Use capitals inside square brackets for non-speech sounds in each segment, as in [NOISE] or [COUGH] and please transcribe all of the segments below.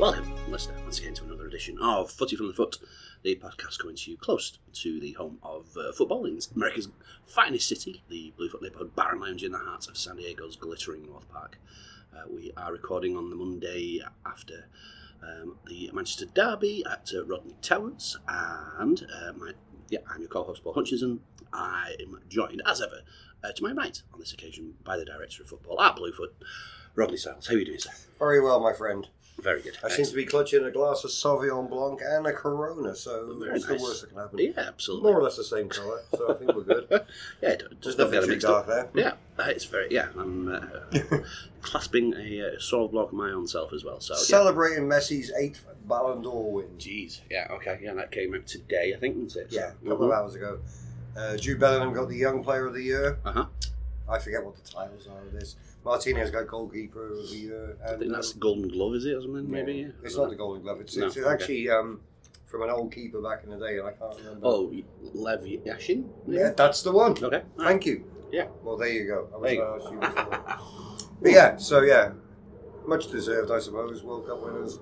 Welcome, listener, once again to another edition of Footy from the Foot, the podcast coming to you close to the home of uh, football in America's finest city, the Bluefoot neighborhood Baron Lounge in the heart of San Diego's glittering North Park. Uh, we are recording on the Monday after um, the Manchester Derby at uh, Rodney Towers, and uh, my, yeah, I'm your co-host Paul Hutchinson. I am joined, as ever, uh, to my right on this occasion by the director of football at Bluefoot, Rodney Styles. How are you doing, sir? Very well, my friend. Very good. I seem to be clutching a glass of Sauvignon Blanc and a Corona, so Very what's nice. the worst that can happen? Yeah, absolutely. More or less the same colour, so I think [LAUGHS] we're good. Yeah, d- There's just don't nothing get it too mixed up. dark there. Yeah, uh, it's very yeah. I'm uh, [LAUGHS] clasping a uh, sort of block my own self as well. So yeah. Celebrating Messi's eighth Ballon d'Or win. Jeez, yeah, okay, yeah, and that came out today, I think, didn't it? Yeah, a Mm-hmm. couple of hours ago. Uh, Jude Bellingham got the Young Player of the Year. Uh huh. I forget what the titles are of this. Martinez got Goalkeeper of the Year. And, I think that's um, Golden Glove, is it, or something? yeah, Maybe. Yeah. It's I not don't the know. Golden Glove. It's, No, it's okay. actually um, from an old keeper back in the day, and I can't remember. Oh, Lev Yashin. maybe? yeah, that's the one. Okay. all right. Thank you. Yeah. Well, there you go. I was There you [LAUGHS] going to ask you before. but yeah, so yeah, much deserved, I suppose. World Cup winners,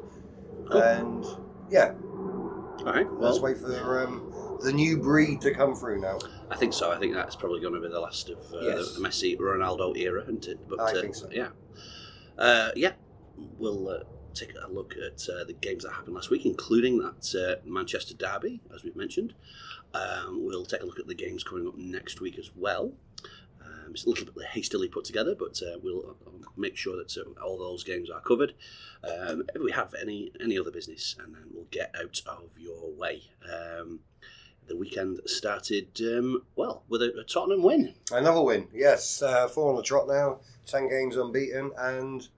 and yeah, All right. let's Well, wait for um, the new breed to come through now. I think so. I think that's probably going to be the last of uh, Yes. the Messi Ronaldo era, isn't it? But I uh, think so. Yeah. Uh, yeah. We'll uh, take a look at uh, the games that happened last week, including that uh, Manchester derby, as we've mentioned. Um, we'll take a look at the games coming up next week as well. Um, it's a little bit hastily put together, but uh, we'll uh, make sure that uh, all those games are covered. Um, if we have any any other business, and then we'll get out of your way. Um, the weekend started um, well with a, a Tottenham win. Another win, yes, uh, four on the trot now, ten games unbeaten, and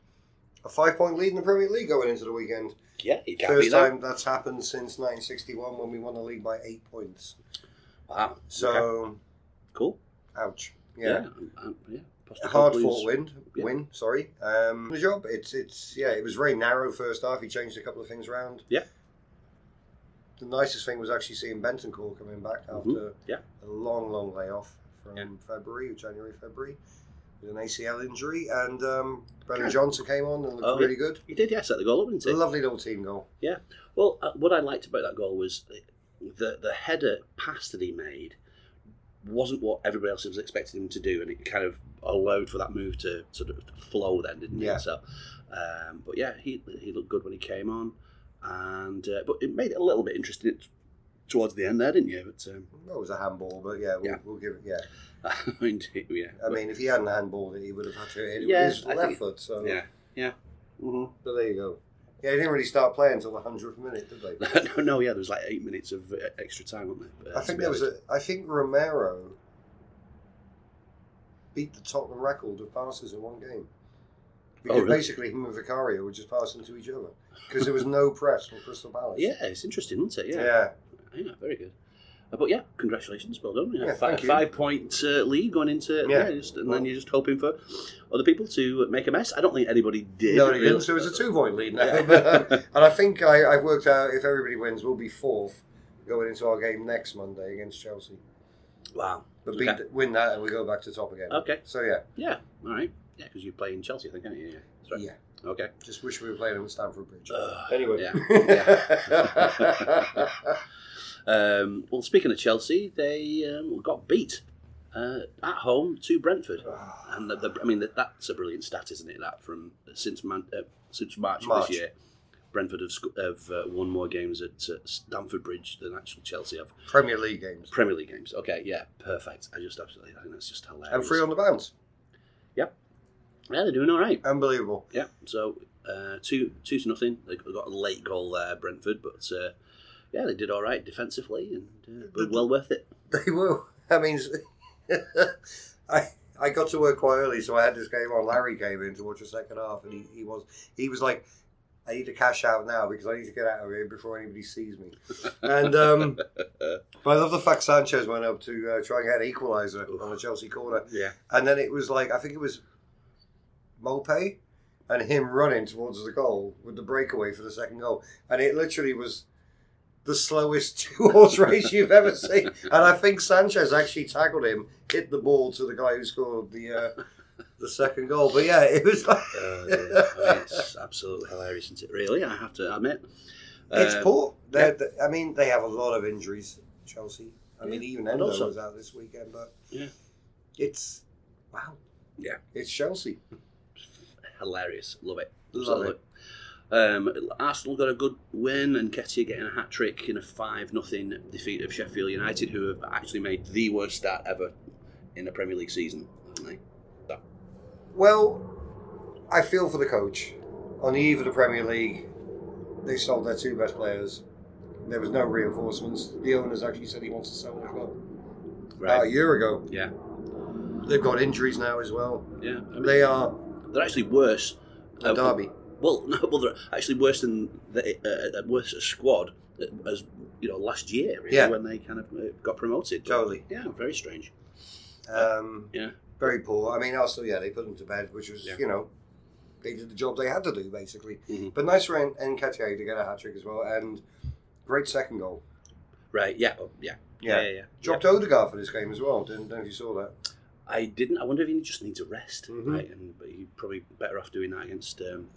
a five-point lead in the Premier League going into the weekend. Yeah, you can't First beat that. time that's happened since 1961 when we won the league by eight points. Wow. okay, So, cool. ouch. yeah. Yeah, um, um, yeah. Possibly hard Blues. fought win. Yeah. Win, sorry. Um, the job. It's it's yeah. It was very narrow first half. He changed a couple of things around. Yeah. The nicest thing was actually seeing Bentoncourt coming back after Mm-hmm. Yeah. a long, long layoff from Yeah. February, January, February, with an ACL injury, and um, Brennan Yeah. Johnson came on and looked Oh, really good. He did, yeah, set the goal up, didn't It's a he? lovely little team goal. Well, uh, what I liked about that goal was the the header pass that he made wasn't what everybody else was expecting him to do, and it kind of allowed for that move to sort of flow then, didn't Yeah. it? So, um, but yeah, he he looked good when he came on, and uh, but it made it a little bit interesting t- towards the end there, didn't you? But um, [LAUGHS] Well, it was a handball, but yeah, we'll, Yeah. we'll give it. Yeah, indeed, [LAUGHS] yeah, I mean, if he hadn't handballed it, he would have had to hit it Yeah, with his I think left it- foot. So, yeah, yeah. hmm but there you go. Yeah, he didn't really start playing until the hundredth minute, did they? [LAUGHS] no, no, yeah, there was like eight minutes of uh, extra time, wasn't there? Uh, I to think be there was added. a. I think Romero beat the Tottenham record of passes in one game. Because Oh, really? basically, him and Vicario were just passing to each other because there was no press from Crystal Palace. Yeah, it's interesting, isn't it? yeah. Yeah, very good. Uh, but yeah, congratulations, well done. Yeah, Yeah, fi- thank you. Five point uh, lead going into yeah, Yeah. just, and then you're just hoping for other people to make a mess. I don't think anybody did. No, they really. didn't. So it was a two-point lead [LAUGHS] now. Yeah. [LAUGHS] and I think I, I've worked out if everybody wins, we'll be fourth going into our game next Monday against Chelsea. Wow. But beat, Okay. win that, and we go back to top again. Okay. So yeah, Yeah. All right. Yeah, because you play in Chelsea, I think, aren't you? Yeah. That's right. yeah. Okay. Just wish we were playing them at Stamford Bridge. Ugh, anyway. yeah. [LAUGHS] [LAUGHS] Um, well, speaking of Chelsea, they um, got beat uh, at home to Brentford. And the, the, I mean, that that's a brilliant stat, isn't it? That from since Man, uh, since March, of March. this year, Brentford have, sc- have uh, won more games at uh, Stamford Bridge than actual Chelsea have Premier League games. Premier League games. Okay, yeah, perfect. I just absolutely, I think that's just hilarious. And free on the bounce. yeah, they're doing all right. Unbelievable. [LAUGHS] Yeah, so uh, two two to nothing. They got a late goal there, Brentford, but uh, yeah, they did all right defensively and uh, but well worth it. They will. That means [LAUGHS] I I got to work quite early, so I had this game on. Larry came in to watch the second half, and he, he was he was like, I need to cash out now because I need to get out of here before anybody sees me. [LAUGHS] And um, [LAUGHS] but I love the fact Sanchez went up to uh, try and get an equaliser on the Chelsea corner, Yeah, and then it was like I think it was Molpe and him running towards the goal with the breakaway for the second goal, and it literally was the slowest [LAUGHS] two horse race you've ever seen. And I think Sanchez actually tackled him, hit the ball to the guy who scored the uh, the second goal. But yeah, it was like Uh, yeah, I mean, it's absolutely hilarious, isn't it? Really, I have to admit. it's Um, poor. They're, they- I mean, they have a lot of injuries. Chelsea. I mean, even Endo also- was out this weekend, but Yeah. it's wow. Yeah. it's Chelsea. hilarious. Love it. Love it. Um, Arsenal got a good win, and Ketia getting a hat trick in a five 0 defeat of Sheffield United, who have actually made the worst start ever in a Premier League season, haven't they? Well, I feel for the coach. On the eve of the Premier League, they sold their two best players. There was no reinforcements. The owners actually said he wants to sell the club about a Right? year ago. Yeah. They've got injuries now as well. yeah. I mean, Oh, They are they're actually worse. a uh, derby. Well, [LAUGHS] no, well, they're actually worse than the uh, uh, worse squad uh, as you know last year, really, Yeah. when they kind of uh, got promoted. Totally. Yeah, very strange. Um, Uh, Yeah. Very poor. I mean, also, yeah, they put them to bed, which was, Yeah. you know, they did the job they had to do, basically. Mhm. But nice for En- Nketiah to get a hat trick as well, and great second goal. Right? Yeah. oh, yeah. Yeah. Yeah. yeah. Dropped Odegaard for this game as well. Didn't know if you saw that. I didn't. I wonder if he just needs a rest, Mhm. right? And but he's probably better off doing that against um,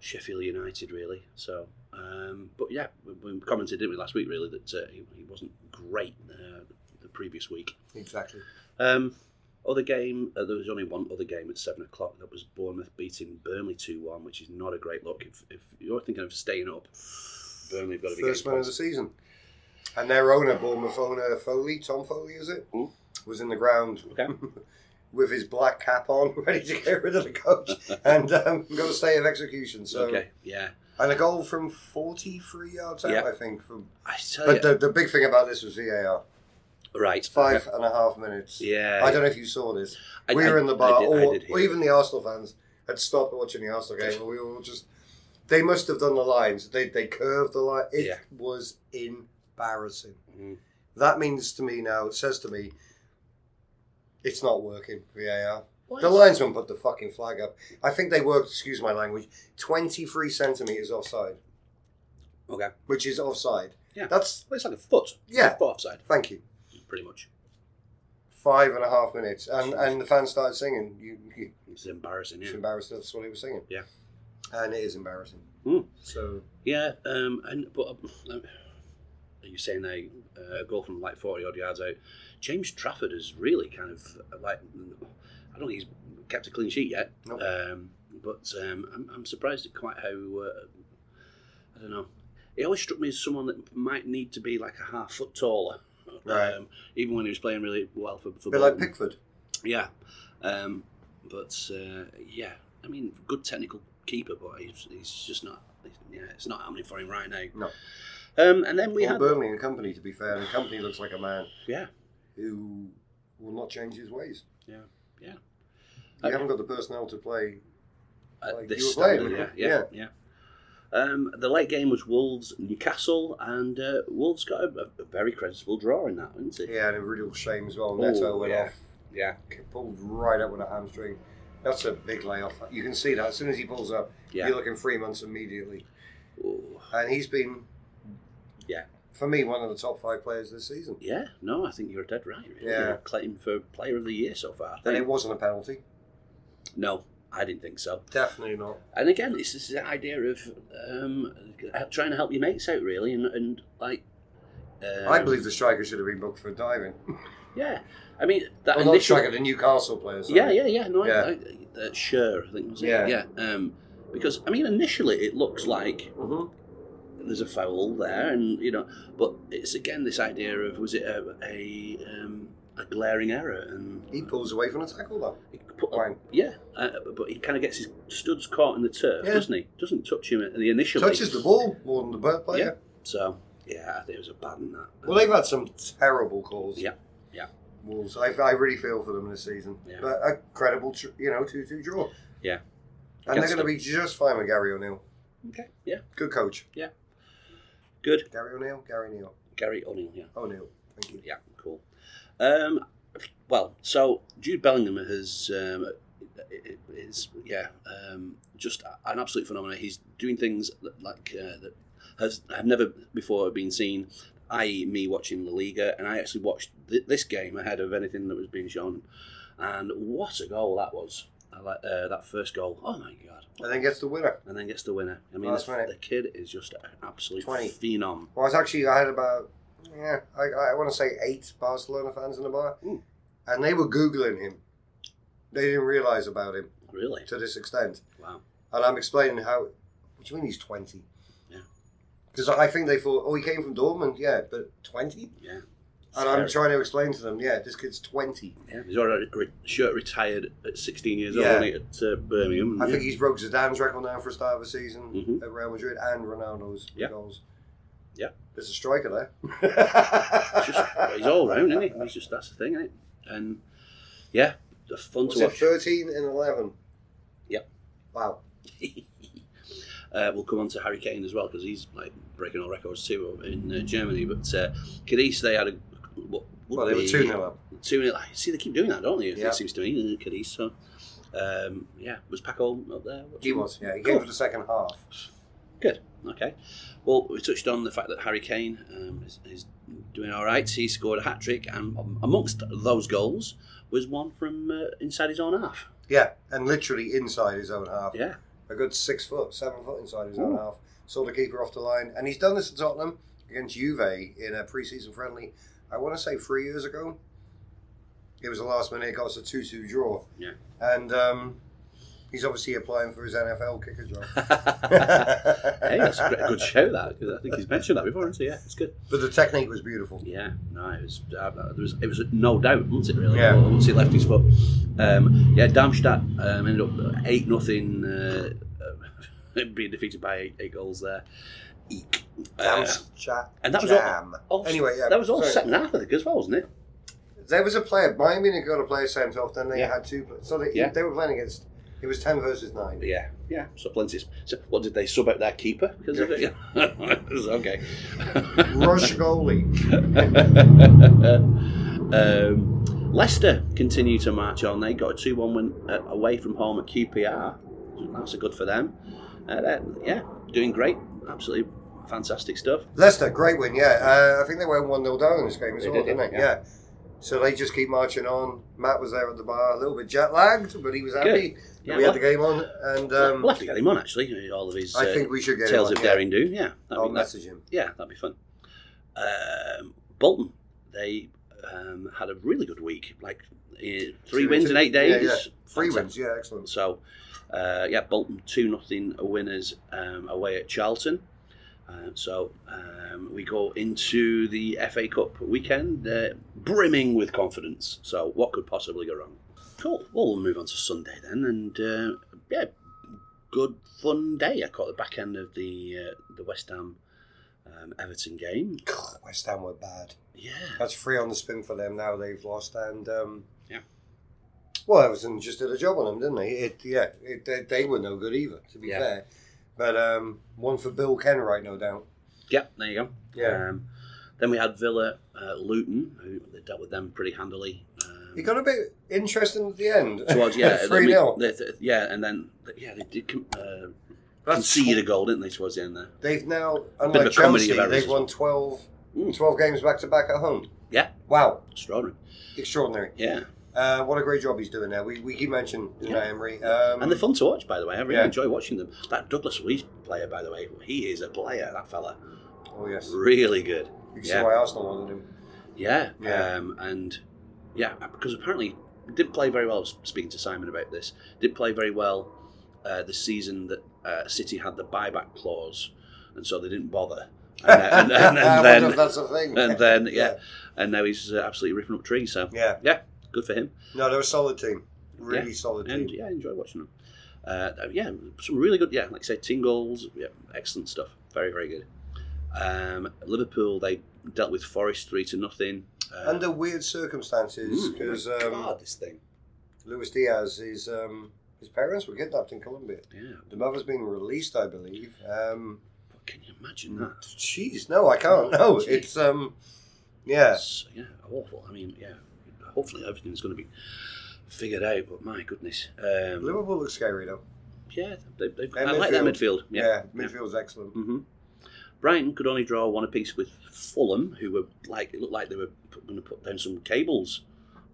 Sheffield United, really. So, um, but yeah, we, we commented, didn't we, last week, really, that uh, he, he wasn't great uh, the previous week. Exactly. Um, other game, uh, there was only one other game at seven o'clock. That was Bournemouth beating Burnley two one, which is not a great look. If, if you're thinking of staying up, Burnley have got to be First getting win of points. the season. And their owner, Bournemouth owner Foley, Tom Foley, is it? Hmm. Was in the ground Okay. [LAUGHS] with his black cap on, [LAUGHS] ready to get rid of [LAUGHS] the coach and um, got a stay of execution. So, okay, yeah. And a goal from 43 yards out, Yeah. Oh, I think. From, I tell you, but the, the big thing about this was VAR. right? Five and a half minutes. Yeah, I don't know if you saw this. I- we I- were in the I bar, did- I or, did hear or it. even the Arsenal fans had stopped watching the Arsenal game, and we were all just. They must have done the lines. They, they curved the line. It Yeah. was embarrassing. Mhm. That means to me now, it says to me, it's not working, VAR. What? The linesman put the fucking flag up. I think they worked, excuse my language, 23 centimetres offside, Okay, which is offside. Yeah. That's, well, it's like a foot. Yeah. foot offside, thank you. pretty much. Five and a half minutes. And, and the fans started singing. You, you, It's embarrassing, It's yeah. embarrassing. That's what he was singing. Yeah. and it is embarrassing. Mm. So Yeah, um, and but um, um, are you saying they uh, a goal from like forty odd yards out? James Trafford has really kind of uh, like I don't think he's kept a clean sheet yet. Nope. Um, but um, I'm, I'm surprised at quite how uh, I don't know. He always struck me as someone that might need to be like a half foot taller. Right. Um, even when he was playing really well for, for a bit like Bolton. Pickford. Yeah, um, but uh, yeah, I mean, good technical keeper, but he's, he's just not. Yeah, it's not happening for him right now. No. Um, and then we We had Burnley and Company, to be fair, and Company looks like a man yeah, who will not change his ways. Yeah. Yeah. Uh, You Okay. haven't got the personnel to play. at Like this you were standard, playing, yeah, yeah, yeah. Um, the late game was Wolves Newcastle, and uh, Wolves got a, a very creditable draw in that, didn't it? Yeah, and a real shame as well. Oh, Neto went yeah. off, Yeah, pulled right up with a hamstring. That's a big layoff. You can see that as soon as he pulls up, yeah. you're looking three months immediately. Oh, And he's been, Yeah. for me, one of the top five players this season. yeah. No, I think you're dead right. Really. Yeah. You claim for Player of the Year so far. I And it think. wasn't a penalty. no, I didn't think so. Definitely not. and again, it's this idea of um, trying to help your mates out, really, and, and like. Um, I believe the striker should have been booked for diving. Yeah, I mean that Well, not initial. striker, the Newcastle players. yeah, yeah, yeah. No, Yeah. I, I, uh, sure. I think was it. Yeah. yeah. Um, because I mean, initially it looks like Mm-hmm. there's a foul there, and you know, but it's again this idea of was it a a, um, a glaring error and He pulls away from the tackle though. he put, Fine. yeah, uh, but he kind of gets his studs caught in the turf, Yeah. doesn't he? Doesn't touch him at the initial. Touches the ball more than the bird player. Yeah. So yeah, I think it was a bad in that. Well, they've had some terrible calls. Yeah, yeah. Wolves. I, I really feel for them this season. Yeah. But a credible, tr- you know, two-two draw. Yeah. And Against they're going to be just fine with Gary O'Neill. okay. Yeah, Good coach. good. Gary O'Neill. Gary O'Neill. Gary O'Neill. Yeah, O'Neill. Thank you. yeah, cool. Um, well, so Jude Bellingham has um, is yeah, um, just an absolute phenomenon. He's doing things that, like uh, that has have never before been seen. I.e., me watching La Liga, and I actually watched th- this game ahead of anything that was being shown And what a goal that was! I like uh, that first goal. Oh my god! And then gets the winner. And then gets the winner. I mean, Last the, minute. the kid is just an absolute 20. phenom. Well, I was actually, I had about, yeah, I, I want to say eight Barcelona fans in the bar. Mm. And they were Googling him. They didn't realise about him Really? to this extent. Wow. And I'm explaining how, what do you mean he's 20? Yeah. Because I think they thought, oh, he came from Dortmund, yeah, but 20? Yeah. And I'm Scary. trying to explain to them, yeah, this kid's 20. Yeah, he's already re- shirt retired at 16 years Yeah. old isn't he, at uh, Birmingham. I think he's broke Zidane's record now for a start of a season Mhm. at Real Madrid and Ronaldo's Yeah. goals. Yeah. There's a striker there. he's, just, he's all round, isn't he? He's just that's the thing, isn't it? And yeah, the fun Was to it watch. 13 and 11? Yep. Wow. [LAUGHS] Uh, we'll come on to Harry Kane as well because he's like breaking all records too in uh, Germany. But uh, Cadiz, they had a what, Well, they were 2 0 up. Two nil. See, they keep doing that, don't they? Yeah. It seems to me in Cadiz. So um, yeah, was Paco up there? He was, yeah. He came Cool. for the second half. Good. Okay. Well, we touched on the fact that Harry Kane um, is, is doing all right. He scored a hat trick, and um, amongst those goals was one from uh, inside his own half. Yeah, and literally inside his own half. Yeah. [LAUGHS] A good six foot, seven foot inside his Ooh. own half. Saw the keeper off the line. And he's done this at Tottenham against Juve in a pre season friendly, I want to say three years ago. It was the last minute, it got us a 2 2 draw. Yeah. And um, he's obviously applying for his NFL kicker job. [LAUGHS] hey, that's a hey, great, [LAUGHS] good show that 'cause I think he's mentioned that before, hasn't he? Yeah, it's good. but the technique was beautiful. Yeah, no, it was uh, there was it was no doubt, wasn't it? Really, Yeah. Once he left his foot, um, yeah, Darmstadt um, ended up eight nothing, uh, [LAUGHS] being defeated by eight, eight goals there. Eek. Damn, Uh, cha- and that was all- jam. all- anyway, yeah. that was all sorry. second half I think as well, wasn't it? There was a player. Miami had got a player sent off. Then they Yeah. had two. pla- So they, Yeah. they were playing against. It was ten versus nine. Yeah, yeah. So plenty. So what did they sub out their keeper? Because of it? [LAUGHS] Yeah. It was okay. [LAUGHS] Rush goalie. um, Leicester continue to march on. They got a two-one win uh, away from home at QPR. That's a good for them. Uh, they're- yeah, doing great. Absolutely fantastic stuff. Leicester, great win. Yeah, uh, I think they went one 0 down in this game as They well, did, did, not they? yeah. Yeah. So they just keep marching on. Matt was there at the bar, a little bit jet lagged, but he was happy. Yeah, we we'll, had the game on, and um, we'll have to get him on actually. All of his I uh, think we should get tales him of on, yeah. Oh, daring do. Yeah, that'd I'll be- that- message him. yeah, that'd be fun. Um, Bolton, they um, had a really good week, like eh, three Two- wins two- in eight days. yeah, yeah. Three Fantastic. wins, yeah, excellent. So, uh, yeah, Bolton two nothing winners um, away at Charlton. Um, so um, we go into the FA Cup weekend uh, brimming with confidence. So what could possibly go wrong? Cool. Well, we'll move on to Sunday then, and uh, yeah, good fun day. I caught the back end of the uh, the West Ham um, Everton game. God, West Ham were bad. Yeah, That's three on the spin for them now. They've lost, and um, Yeah. Well, Everton just did a job on them, didn't they? It, yeah, it, they, they were no good either, to be Yeah. fair. But um, one for Bill Kenwright, no doubt. yeah. There you go. Yeah, Um, then we had Villa uh, Luton, who they dealt with them pretty handily. Um, he got a bit interesting at the end. [LAUGHS] towards yeah, I three mean, 0 they- they- yeah, and then yeah, they did com- uh, concede a goal, didn't they? Towards the end there, They've now, Bit of unlike a comedy Chelsea, of errors they've as well. won 12, Mm. 12 games back to back at home. Yeah. Wow, extraordinary. extraordinary. Yeah, Uh, what a great job he's doing there. We, we keep mentioning Unai Yeah. Emery. Um, and they're fun to watch, by the way. I really Yeah. enjoy watching them. That Douglas Luiz player, by the way, he is a player. That fella, oh, yes. really good. You can Yeah. see why Arsenal wanted him. Yeah, Yeah. Um, and yeah, uh, because apparently didn't play very well. I was Speaking to Simon about this, didn't play very well uh, the season that uh, City had the buyback clause, and so they didn't bother. And, uh, and, and, and [LAUGHS] I wonder then, if that's a thing. and [LAUGHS] then, yeah, and now he's uh, absolutely ripping up trees. So Yeah. good for him. No, they're a solid team. Really solid and team. yeah, I enjoy watching them. Uh, yeah, some really good. Yeah, like I say, ten goals. Yeah, excellent stuff. Very, very good. Um, Liverpool they dealt with Forest three to nothing. Uh, Under weird circumstances, mm, because my um, God, this thing. Luis Diaz, his, um, his parents were kidnapped in Colombia. Yeah, The mother's been released, I believe. Um, but can you Mm. imagine that? Jeez, no, I can't. [LAUGHS] No, Jeez. it's. um, Yeah. That's, yeah, awful. I mean, yeah. Hopefully everything's going to be figured out. But my goodness, um, Liverpool looks scary, though. yeah, they, they, Their I like their midfield. Yeah, Yeah, midfield's excellent. hmm Brighton could only draw one apiece with Fulham, who were like it looked like they were going to put down some cables.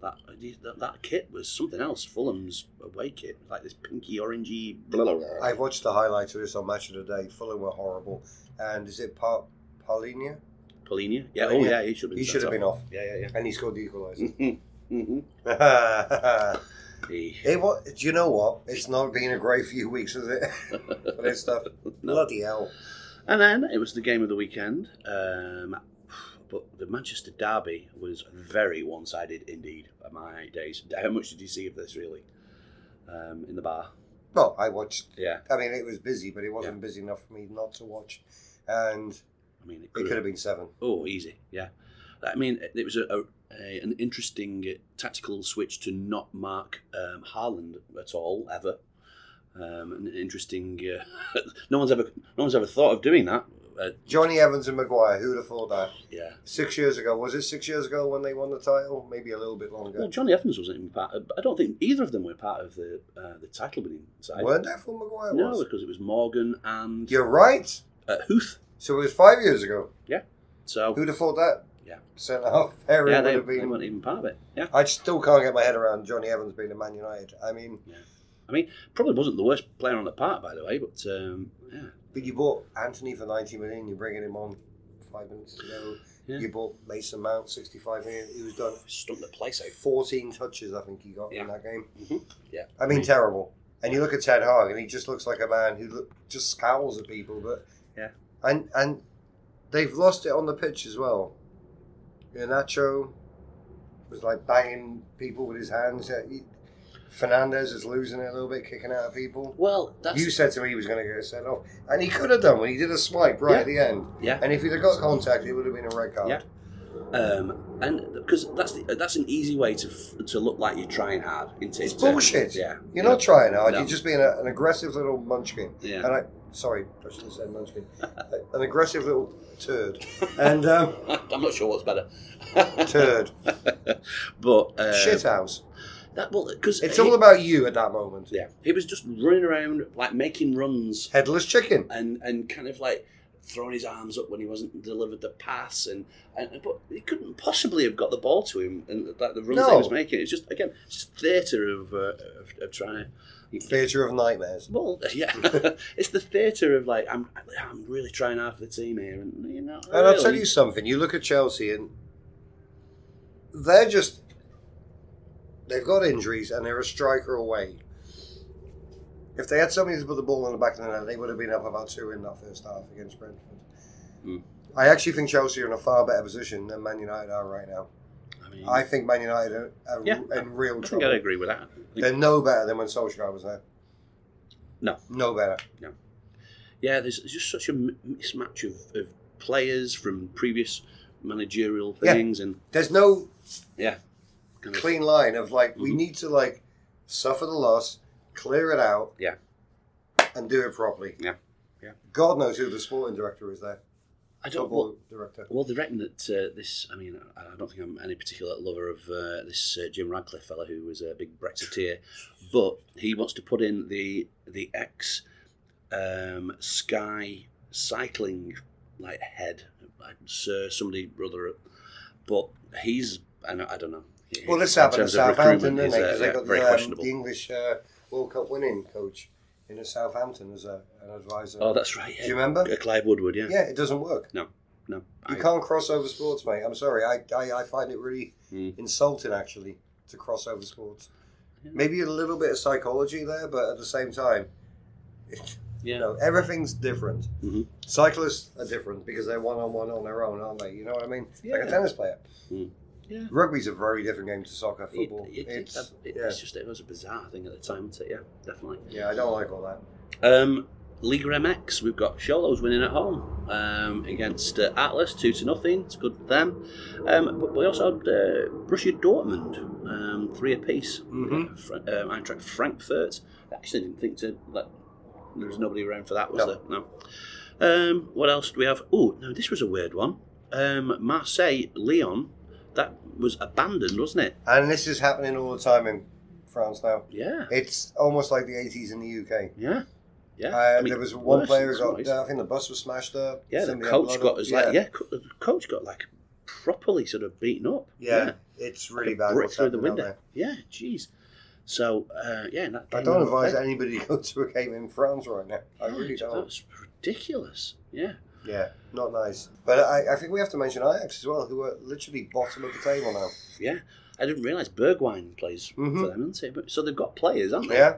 That, that that kit was something else. Fulham's away kit, like this pinky orangey. Blah, blah, blah. I've watched the highlights of this on Match of the Day. Fulham were horrible. And is it Pa Paulinia? Polinia. Yeah. Oh Polinia. yeah. He should have. He should have been off. Yeah, yeah, And he scored [LAUGHS] the equaliser. [LAUGHS] yeah. mm-hmm. it He, wa do you know what? It's not been a great few weeks, is it? [LAUGHS] For this stuff. [LAUGHS] no. Bloody hell. And then it was the game of the weekend. Um, but the Manchester derby was very one-sided indeed. by My days. How much did you see of this really? Um, in the bar. Well, I watched. Yeah. I mean, it was busy, but it wasn't busy enough for me not to watch. And I mean, it it could could have. have been seven. Oh, easy. Yeah. I mean, it was a, a, a an interesting uh, tactical switch to not mark um, Haaland at all ever. Um, an interesting. Uh, [LAUGHS] no one's ever no one's ever thought of doing that. Uh, Johnny Evans and Maguire, who'd have thought that? yeah. Six years ago. Was it six years ago when they won the title? Maybe a little bit Well, longer. Johnny Evans wasn't even part. Of, I don't think either of them were part of the uh, the title winning side. Weren't that for Maguire? No, was? because it was Morgan and You're right. uh, Huth. So it was five years ago. So Who'd have thought that? Yeah. Centre half [LAUGHS] area yeah, would they, have they been. weren't even part of it. Yeah, I still can't get my head around Johnny Evans being at Man United. I mean, probably wasn't the worst player on the part, by the way. But um, yeah, but you bought Anthony for 90 million, you're bringing him on five minutes to go. Yeah. You bought Mason Mount 65 million. He was done stunk the place out. 14 touches, I think he got Yeah. in that game. Mhm. Yeah. I mean, terrible. And you look at Ted Hag, and he just looks like a man who look, just scowls at people. But Yeah. and and they've lost it on the pitch as well. Nacho was like banging people with his hands. Uh, he- Fernandez is losing it a little bit, kicking out at people. Well, that's you said to me he was going to get sent off, and he could have done when he did a swipe right Yeah. at the end. Yeah. And if he'd have got contact, it would have been a red card. Yeah. um, and because that's the, that's an easy way to f- to look like you're trying hard. Into, It's bullshit. Yeah, You're not trying hard. No. You're just being a, an aggressive little munchkin. Yeah. [LAUGHS] And I, sorry, I should have said munchkin. [LAUGHS] A- an aggressive little turd. And um, [LAUGHS] I'm not sure what's better. [LAUGHS] turd, but uh, shit house. That well, because It's all about you at that moment. yeah. He was just running around like making runs Headless chicken. and and kind of like throwing his arms up when he wasn't delivered the pass and, and but he couldn't possibly have got the ball to him and like the runs that he No. was making. It's just again, it's just theatre of, uh, of of trying to Theatre of nightmares. Well, [LAUGHS] yeah, it's the theatre of like I'm, I'm really trying hard for the team here, and you know. And I'll tell you something. You look at Chelsea, and they're just they've got injuries, and they're a striker away. If they had somebody to put the ball in the back of the net, they would have been up about two in that first half against Brentford. Mm. I actually think Chelsea are in a far better position than Man United are right now. I mean, I I, think Man United are, are Yeah, in real think I'd trouble. agree with that. They're no better than when Solskjaer was there. No. No better. Yeah, there's there's just such a m- mismatch of, of players from previous managerial Yeah. things and There's no yeah, kind of- clean line of like we Mhm. need to like suffer the loss, clear it out, Yeah. and do it properly. Yeah. Yeah. God knows who the sporting director is there. I don't. Well, Football director. well, they reckon that uh, this. I mean, I I don't think I'm any particular lover of uh, this uh, Jim Radcliffe fella who was a big Brexiteer, but he wants to put in the the ex um, Sky cycling like head, like Sir somebody brother, but he's. I, know, I don't know. Well, this In happened in terms of Southampton, recruitment, didn't they? he's, uh, Because they yeah, got very the, um, questionable. the English uh, World Cup winning coach in a Southampton as a, an advisor. Oh, that's right. do you Yeah. remember? Uh, Clive Woodward. Yeah. Yeah, it doesn't work. No. You I- can't cross over sports, mate. I'm sorry. I, I, I find it really Mm. insulting, actually, to cross over sports. Yeah. Maybe a little bit of psychology there, but at the same time, yeah. you know, everything's different. Mhm. Cyclists are different because they're one on one on their own, aren't they? You know what I mean? Like Yeah. a tennis player. Mm. Yeah. Rugby's a very different game to soccer, It- football. it- it's, it- it- yeah. it's just it was a bizarre thing at the time, wasn't it? Yeah, definitely. yeah, I don't like all that. Um, Liga MX, we've got Sholos winning at home um, against uh, Atlas, two to nothing. It's good for them. Um, but we also had uh, Borussia Dortmund, um, three apiece. Mhm. Uh, Fra- um, Eintracht Frankfurt. I actually didn't think to let. There was nobody around for that, was No. there? No. Um, what else do we have? Oh, no, this was a weird one. Um, Marseille, Lyon. That was abandoned, wasn't it? And this is happening all the time in France now. Yeah. It's almost like the 80s in the UK. Yeah. Yeah. Uh, I mean, there was worse one in player who some got. ways. Uh, I think the bus was smashed up. Yeah, the somebody had coach blood got on- us like yeah, co- the coach got like properly sort of beaten up. Yeah, it's really Like a bad. brick what's through the happening out window. there. Yeah, jeez. So uh, yeah, that I game don't was advise big. anybody [LAUGHS] to go to a game in France right now. I really Right, don't. That's ridiculous. Yeah. Yeah, not nice. But I, I think we have to mention Ajax as well, who are literally bottom of the table now. Yeah, I didn't realise Bergwijn plays Mhm. for them, isn't he? But, so they've got players, haven't they? Yeah,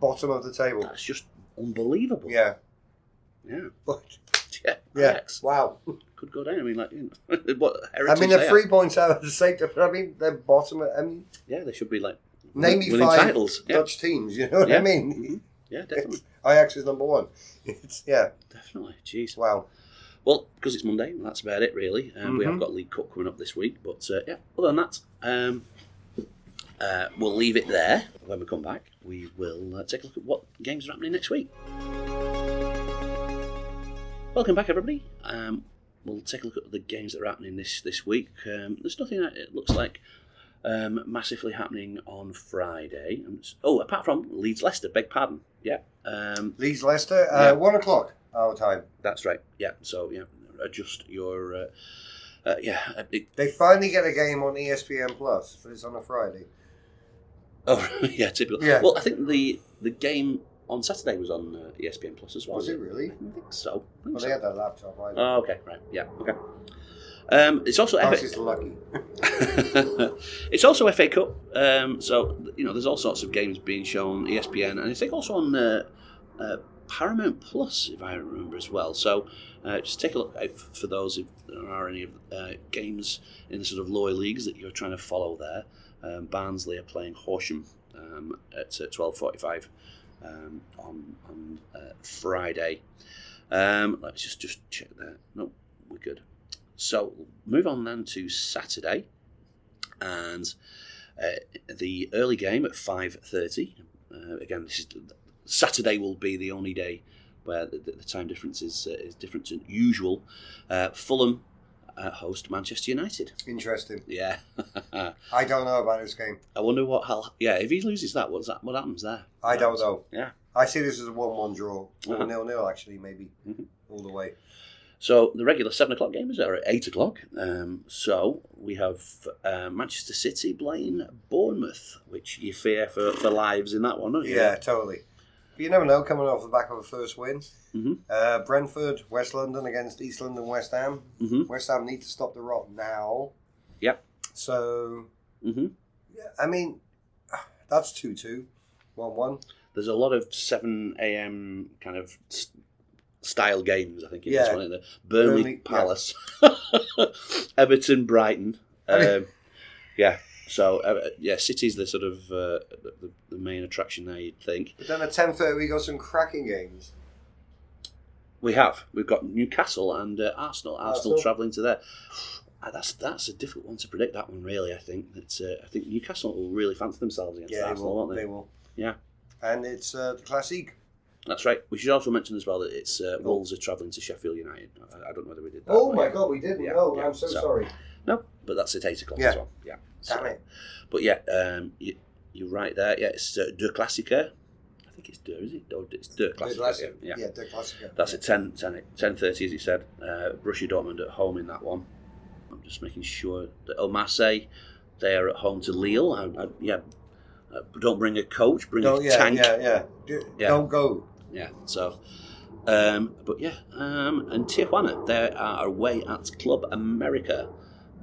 bottom of the table. That's just unbelievable. Yeah, Yeah. [LAUGHS] but Yeah. yeah, Ajax wow. could go down. I mean, like, you know, [LAUGHS] what? I heritage mean, they're they are. three points out of the safety, but I mean, they're bottom. Of, I mean, Yeah, they should be like name me winning five titles. Yeah. Dutch teams. You know what Yeah. I mean? Mhm. yeah, [LAUGHS] definitely, Ajax is number one. [LAUGHS] It's, yeah, definitely. Jeez. wow. Well, because it's Monday, that's about it, really. Um, We have got League Cup coming up this week, but uh, yeah, other than that, um, uh, we'll leave it there. When we come back, we will uh, take a look at what games are happening next week. Welcome back, everybody. Um, we'll take a look at the games that are happening this this week. Um, there's nothing that it looks like um, massively happening on Friday. Um, s- Oh, apart from Leeds Leicester, beg pardon. Yeah, um, Leeds Leicester, uh, Yeah. one o'clock our time. that's right. Yeah, so yeah, adjust your uh, uh, yeah. uh, It, They finally get a game on E ESPN Plus, but it's on a Friday. [LAUGHS] oh yeah, typical. Yeah. Well, I think the the game on Saturday was on uh, ESPN Plus as well. Was it wasn't really? I think so. I think Well, they so. had that laptop. Right? Oh, okay, right, yeah, okay. Um, it's also Ours FA. is lucky. [LAUGHS] it's also FA Cup. Um, so you know, there's all sorts of games being shown E ESPN, and I think also on uh, uh, Paramount Plus, if I remember as well. So uh, just take a look out for those if there are any uh, games in the sort of lower leagues that you're trying to follow there. Um, Barnsley are playing Horsham um, at uh, twelve forty-five um, on on uh, Friday. Um, let's just just check that. No, we're good. So move on then to Saturday, and uh, the early game at five thirty. Uh, again, this is Saturday will be the only day where the, the time difference is uh, is different than usual. Uh, Fulham uh, host Manchester United. Interesting. Yeah, [LAUGHS] I I don't know about this game. wonder what hell. Yeah, if he loses that, what's that? What happens there? I don't know. Yeah. I see this as a one-one draw, or Uh-huh. nil-nil actually, maybe Mhm. all the way. So the regular seven o'clock game is at eight o'clock. Um, so we have uh, Manchester City playing Bournemouth, which you fear for, for lives in that one, don't you? Yeah, totally. But you never know. Coming off the back of a first win, Mhm. uh, Brentford, West London against East London, West Ham. hmm West Ham need to stop the rot now. Yep. So, hmm yeah, I mean, [SIGHS] that's two-two, one-one. There's a lot of seven a.m. kind of s- style games. I think in this Yeah. one, isn't there? Burnley, Burnley, yeah. Palace, [LAUGHS] Everton, Brighton. I mean- Um, yeah. So uh, yeah, City's the sort of uh, the, the main attraction there. You'd think But then at ten thirty, we got some cracking games. we have we've got Newcastle and uh, Arsenal. Arsenal, Arsenal. travelling to there. Ah, That's that's a difficult one to predict. That one really, I think that uh, I think Newcastle will really fancy themselves against Yeah, they Arsenal, will. won't They will. Yeah. And it's uh, the classique. That's right. We should also mention as well that it's uh, Wolves are travelling to Sheffield United. I, I don't know whether we did that. oh but my yeah. god, we didn't. Yeah, oh, yeah, I'm so, so- sorry. No, but that's at eight o'clock Yeah. as well. Yeah. Damn So- it. But yeah, um, you, you're right there. Yeah, it's uh, De Classica. I think it's De, is it? Or it's De The Classica. classic. Yeah. yeah. the classic. That's at 10, 10, 10.30, as you said. Uh, Borussia Dortmund at home in that one. I'm just making sure that oh, Marseille, they are at home to Lille. I, I, yeah, uh, don't bring a coach, bring Don't, a Oh, yeah, tank. yeah, yeah, Do- Yeah. Don't go. Yeah, so. Um, but yeah, um, and Tijuana, they are away at Club America.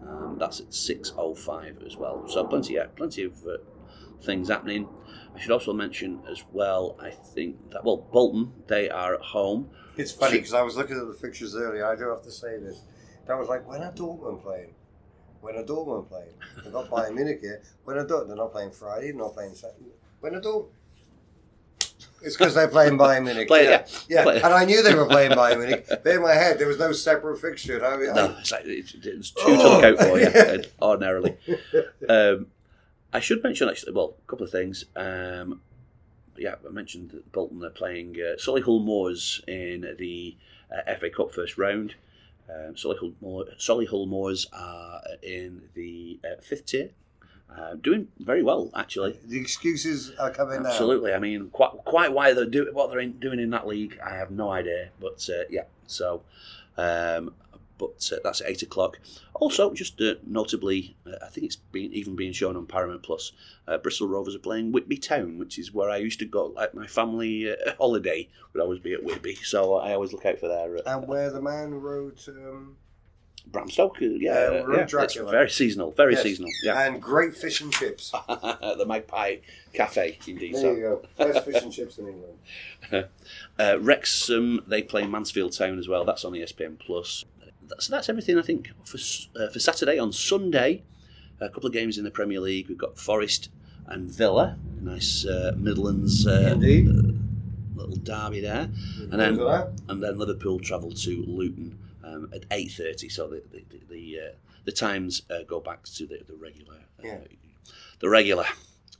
Um, that's at 6.05 as well. So plenty, yeah, plenty of uh, things happening. I should also mention as well, I think that, well, Bolton, they are at home. It's funny because I was looking at the fixtures earlier. I do have to say this. That was like, when are Dortmund playing? When are Dortmund playing? They've got Bayern Munich here. When are Dortmund? They're not playing Friday. They're not playing Saturday. When are Dortmund? It's because they're playing Bayern Munich. Play, yeah. Yeah, Play- and I knew they [LAUGHS] were playing Bayern Munich. But in my head, there was no separate fixture. And I, No, it's like, it's, it's too Oh! tough out for you, Yeah. uh, ordinarily. Um, I should mention, actually, well, a couple of things. Um, yeah, I mentioned that Bolton are playing uh, Solihull Moors in the uh, FA Cup first round. Um, Solihull, Moor, Solihull Moors are in the uh, fifth tier. Uh, doing very well, actually. the excuses are coming now. Absolutely. I mean, quite quite why they're do, what they're in, doing in that league, I have no idea. But uh, yeah, so um, But uh, that's at eight o'clock. Also, just uh, notably, uh, I think it's been even being shown on Paramount Plus. Uh, Bristol Rovers are playing Whitby Town, which is where I used to go like my family uh, [LAUGHS] holiday would always be at Whitby. So I always look out for their uh, And where the man wrote, um, Bram Stoker. Yeah, Yeah, yeah, Road it's Dracula. very seasonal. Very Yes. seasonal. Yeah, [LAUGHS] and great fish and chips. at the Magpie Cafe, indeed. There so. you go. Best fish and chips in England. Uh, Wrexham, they play Mansfield Town as well. That's on E ESPN Plus. That's that's everything I think for s- uh, for Saturday. On Sunday, a couple of games in the Premier League. We've got Forest and Villa. Nice uh, Midlands uh, Indeed. little derby there, and Remember then that? and then Liverpool travel to Luton um, at eight thirty. So the the the, the, uh, the times uh, go back to the, the regular. Uh, Yeah. The regular.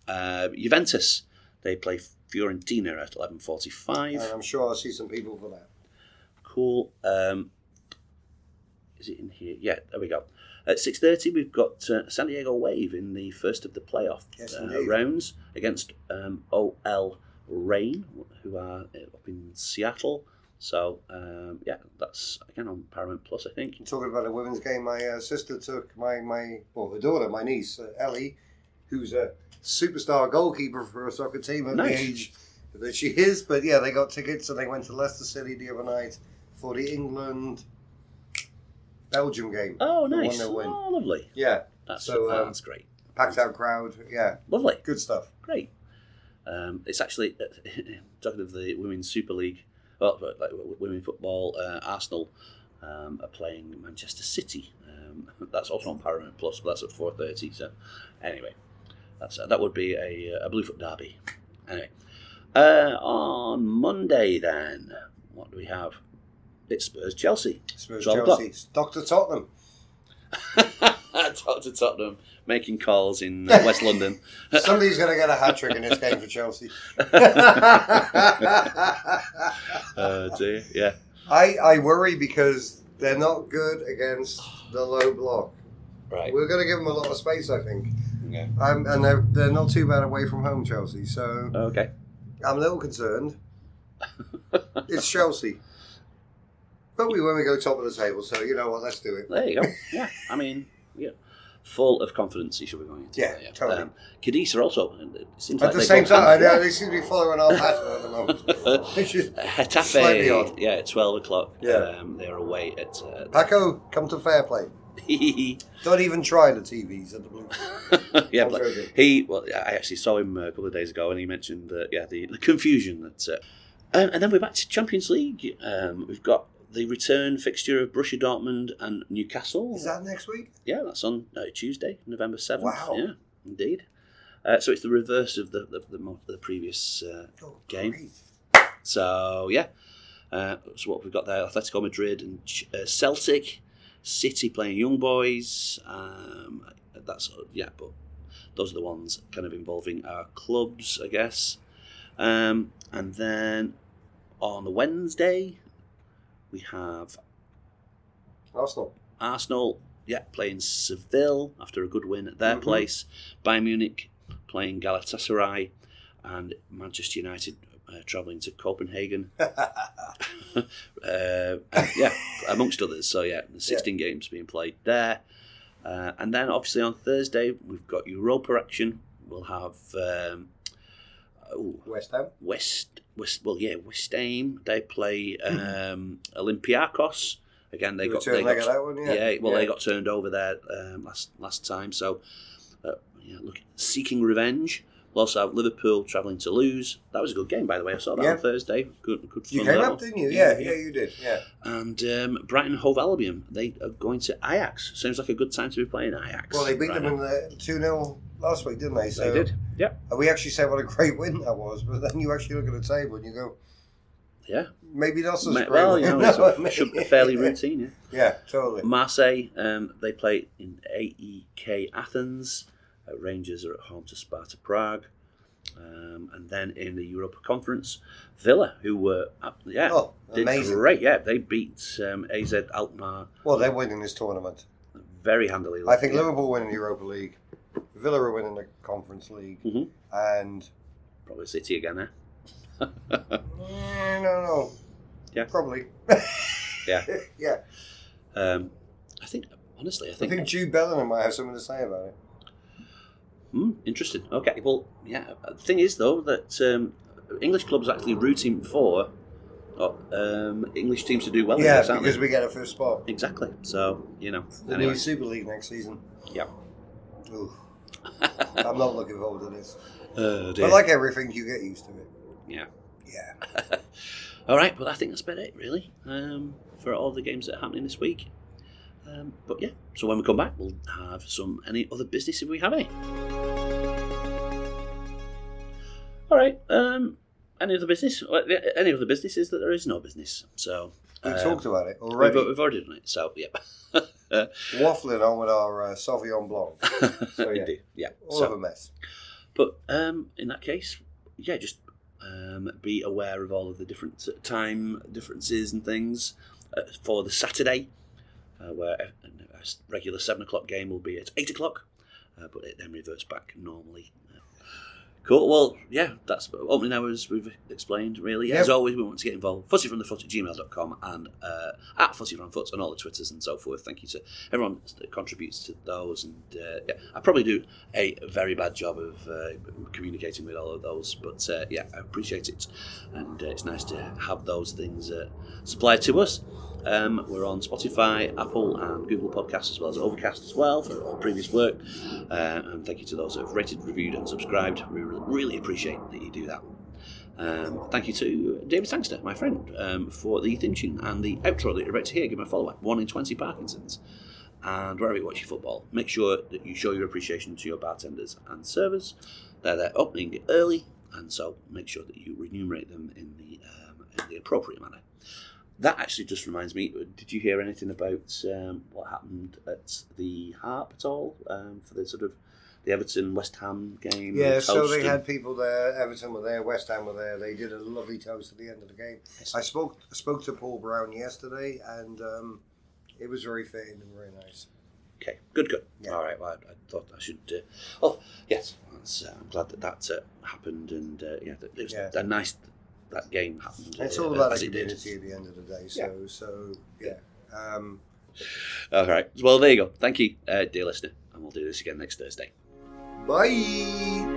Uh, Juventus they play Fiorentina at eleven forty five. And I'm sure I'll see some people for that. Cool. Um, is it in here? Yeah, there we go. At six thirty, we've got uh, San Diego Wave in the first of the playoff Yes, uh, indeed. rounds against um, OL Rain, who are uh, up in Seattle. So um, yeah, that's again on Paramount Plus, I think. I'm talking about a women's game. My uh, sister took my my well, her daughter, my niece uh, Ellie, who's a superstar goalkeeper for a soccer team at Nice. the age that she is. But yeah, they got tickets and they went to Leicester City the other night for the England Belgium game. Oh, The one nice! that win. Oh, lovely. Yeah, That's So, um, that's great. packed out crowd. Yeah, Lovely. good stuff. great. Um, it's actually [LAUGHS] talking of the women's Super League, well, but, like w- women football. Uh, Arsenal um, are playing Manchester City. Um, [LAUGHS] that's also on Paramount Plus, but that's at four thirty. So, anyway, that's that would be a, uh, a Bluefoot derby. Anyway, uh, on Monday then, what do we have? It's Spurs Chelsea. [LAUGHS] Spurs John Chelsea, Doctor Tottenham. Talk to Tottenham making calls in uh, West London. [LAUGHS] Somebody's going to get a hat trick in this game for Chelsea. [LAUGHS] I Uh, dear, yeah. I worry because they're not good against the low block. Right. We're going to give them a lot of space, I think. Okay. Um, and they're, they're not too bad away from home, Chelsea. So Okay. I'm a [LAUGHS] little concerned. it's Chelsea. But we when we go top of the table, so you know what, let's do it. There you go. Yeah, I mean, yeah, full of confidence. You should be going into Yeah, that, totally. Um, Cadiz are also. It seems At like the they same both time, I have- know they seem to be following our pattern at [LAUGHS] the moment. Which is, Slightly Hetafe, odd. yeah, at twelve o'clock. Yeah. um, they're away at. Uh, [LAUGHS] Paco, come to fair play. Don't even try the TVs at the blue. yeah, I'm but joking. he. Well, I actually saw him a couple of days ago, and he mentioned that yeah, the, the confusion that. Uh, um, and then we're back to Champions League. Um, we've got the return fixture of Borussia Dortmund and Newcastle. Is that next week? Yeah, that's on uh, Tuesday, November 7th. Wow. Yeah, indeed. Uh, so it's the reverse of the the, the, mo- the previous. Uh, Oh, Game. great. so, yeah. Uh, so what we've got there Atletico Madrid and Ch- uh, Celtic, City playing Young Boys. Um, that's, yeah, but those are the ones kind of involving our clubs, I guess. Um, and then on the Wednesday, we have Arsenal. [LAUGHS] Arsenal, yeah, playing Seville after a good win at their Mhm. place. Bayern Munich playing Galatasaray, and Manchester United uh, travelling to Copenhagen. Uh, and, [LAUGHS] yeah, amongst others. So yeah, the 16 games being played there, uh, and then obviously on Thursday we've got Europa action. We'll have um, oh, West Ham. West, West, well, yeah, West Ham. They play um, Olympiakos. Again, they The got return they leg got of that one, yeah. yeah. well, they got turned over there um, last last time. So, uh, yeah, look, seeking revenge. We'll also have Liverpool travelling to lose. That was a good game, by the way. I saw that Yeah. on Thursday. Good, good fun. You came that up, one. didn't you? Yeah, Yeah, yeah. yeah, you did. Yeah. And um, Brighton Hove Albion, they are going to Ajax. Seems like a good time to be playing Ajax. Well, they beat them Brighton. in the 2 0 last week, didn't they? So They did. Yeah, And we actually said what a great win that was, but then you actually look at the table and you go, yeah. maybe that's a great. well, you win. know, [LAUGHS] No, it's I mean- should be fairly routine. Yeah. Yeah, totally. Marseille, um, they play in AEK Athens. Uh, Rangers are at home to Sparta Prague. Um, and then in the Europa Conference, Villa, who were up, yeah, Oh, did amazing. great. Yeah, they beat um, AZ Alkmaar Well, they're winning this tournament. very handily. I think Yeah. Liverpool winning the Europa League, Villa are winning the Conference League, Mhm. and probably City again there. Mm, no, no, Uh. Yeah. probably, Yeah. yeah, Um, I think, honestly, I I think. think Jude Bellingham might have something to say about it. Hmm, interesting. Okay, well, yeah. uh, The thing is, though, that um, English clubs actually root him for oh, um, English teams to do well in yeah, this, aren't because they? we get a first spot. Exactly. So, you know. The Anyway. new Super League next season. Yeah. [LAUGHS] Oof. I'm not looking forward to this. Oh, dear. But like everything, you get used to it. Yeah. Yeah. All right, well, I think that's about it, really, um, for all the games that are happening this week. Um, but yeah, so when we come back, we'll have some any other business if we have any. All right, um, any other business? Well, yeah, Any other business is that there is no business. So We um, talked about it we've, already. we've already done it. So yeah, Waffling on with our uh, Sauvignon Blanc. So, [LAUGHS] yeah. Indeed, yeah. All so, of a mess. But um, in that case, yeah, just um, be aware of all of the different time differences and things uh, for the Saturday, uh, where a, a regular seven o'clock game will be at eight o'clock, uh, but it then reverts back normally. Cool. Well, yeah, that's opening hours we've explained, really. Yep. As always, we want to get involved. Footyfromthefoot at gmail.com and uh, at footyfromfoot on all the Twitters and so forth. Thank you to everyone that contributes to those. And uh, yeah, I probably do a very bad job of uh, communicating with all of those, but uh, yeah, I appreciate it. And uh, it's nice to have those things uh, supplied to us. Um, we're on Spotify, Apple, and Google Podcasts, as well as Overcast as well for all previous work. Uh, and thank you to those who have rated, reviewed, and subscribed. We re- really appreciate that you do that. Um, thank you to David Sangster, my friend, um, for the theme tune and the outro that you're about to hear. Give him a follow up. One in 20 Parkinson's. And wherever you watch your football, make sure that you show your appreciation to your bartenders and servers. They're there opening early, and so make sure that you remunerate them in the, um, in the appropriate manner. That actually just reminds me. Did you hear anything about um, what happened at the Harp at all um, for the sort of the Everton West Ham game? Yeah, the so toast they and- had people there. Everton were there. West Ham were there. They did a lovely toast at the end of the game. I spoke spoke to Paul Brown yesterday, and um, it was very fitting and very nice. Okay, good, good. Yeah. All right. Well, I, I thought I should. Uh, oh, yes. That's, uh, I'm glad that that uh, happened, and uh, yeah, that, it was Yeah. a nice that game happened. And it's uh, all about as the it did. community at the end of the day. So so yeah. Um, All right. Well, there you go. Thank you, uh, dear listener, and we'll do this again next Thursday. bye.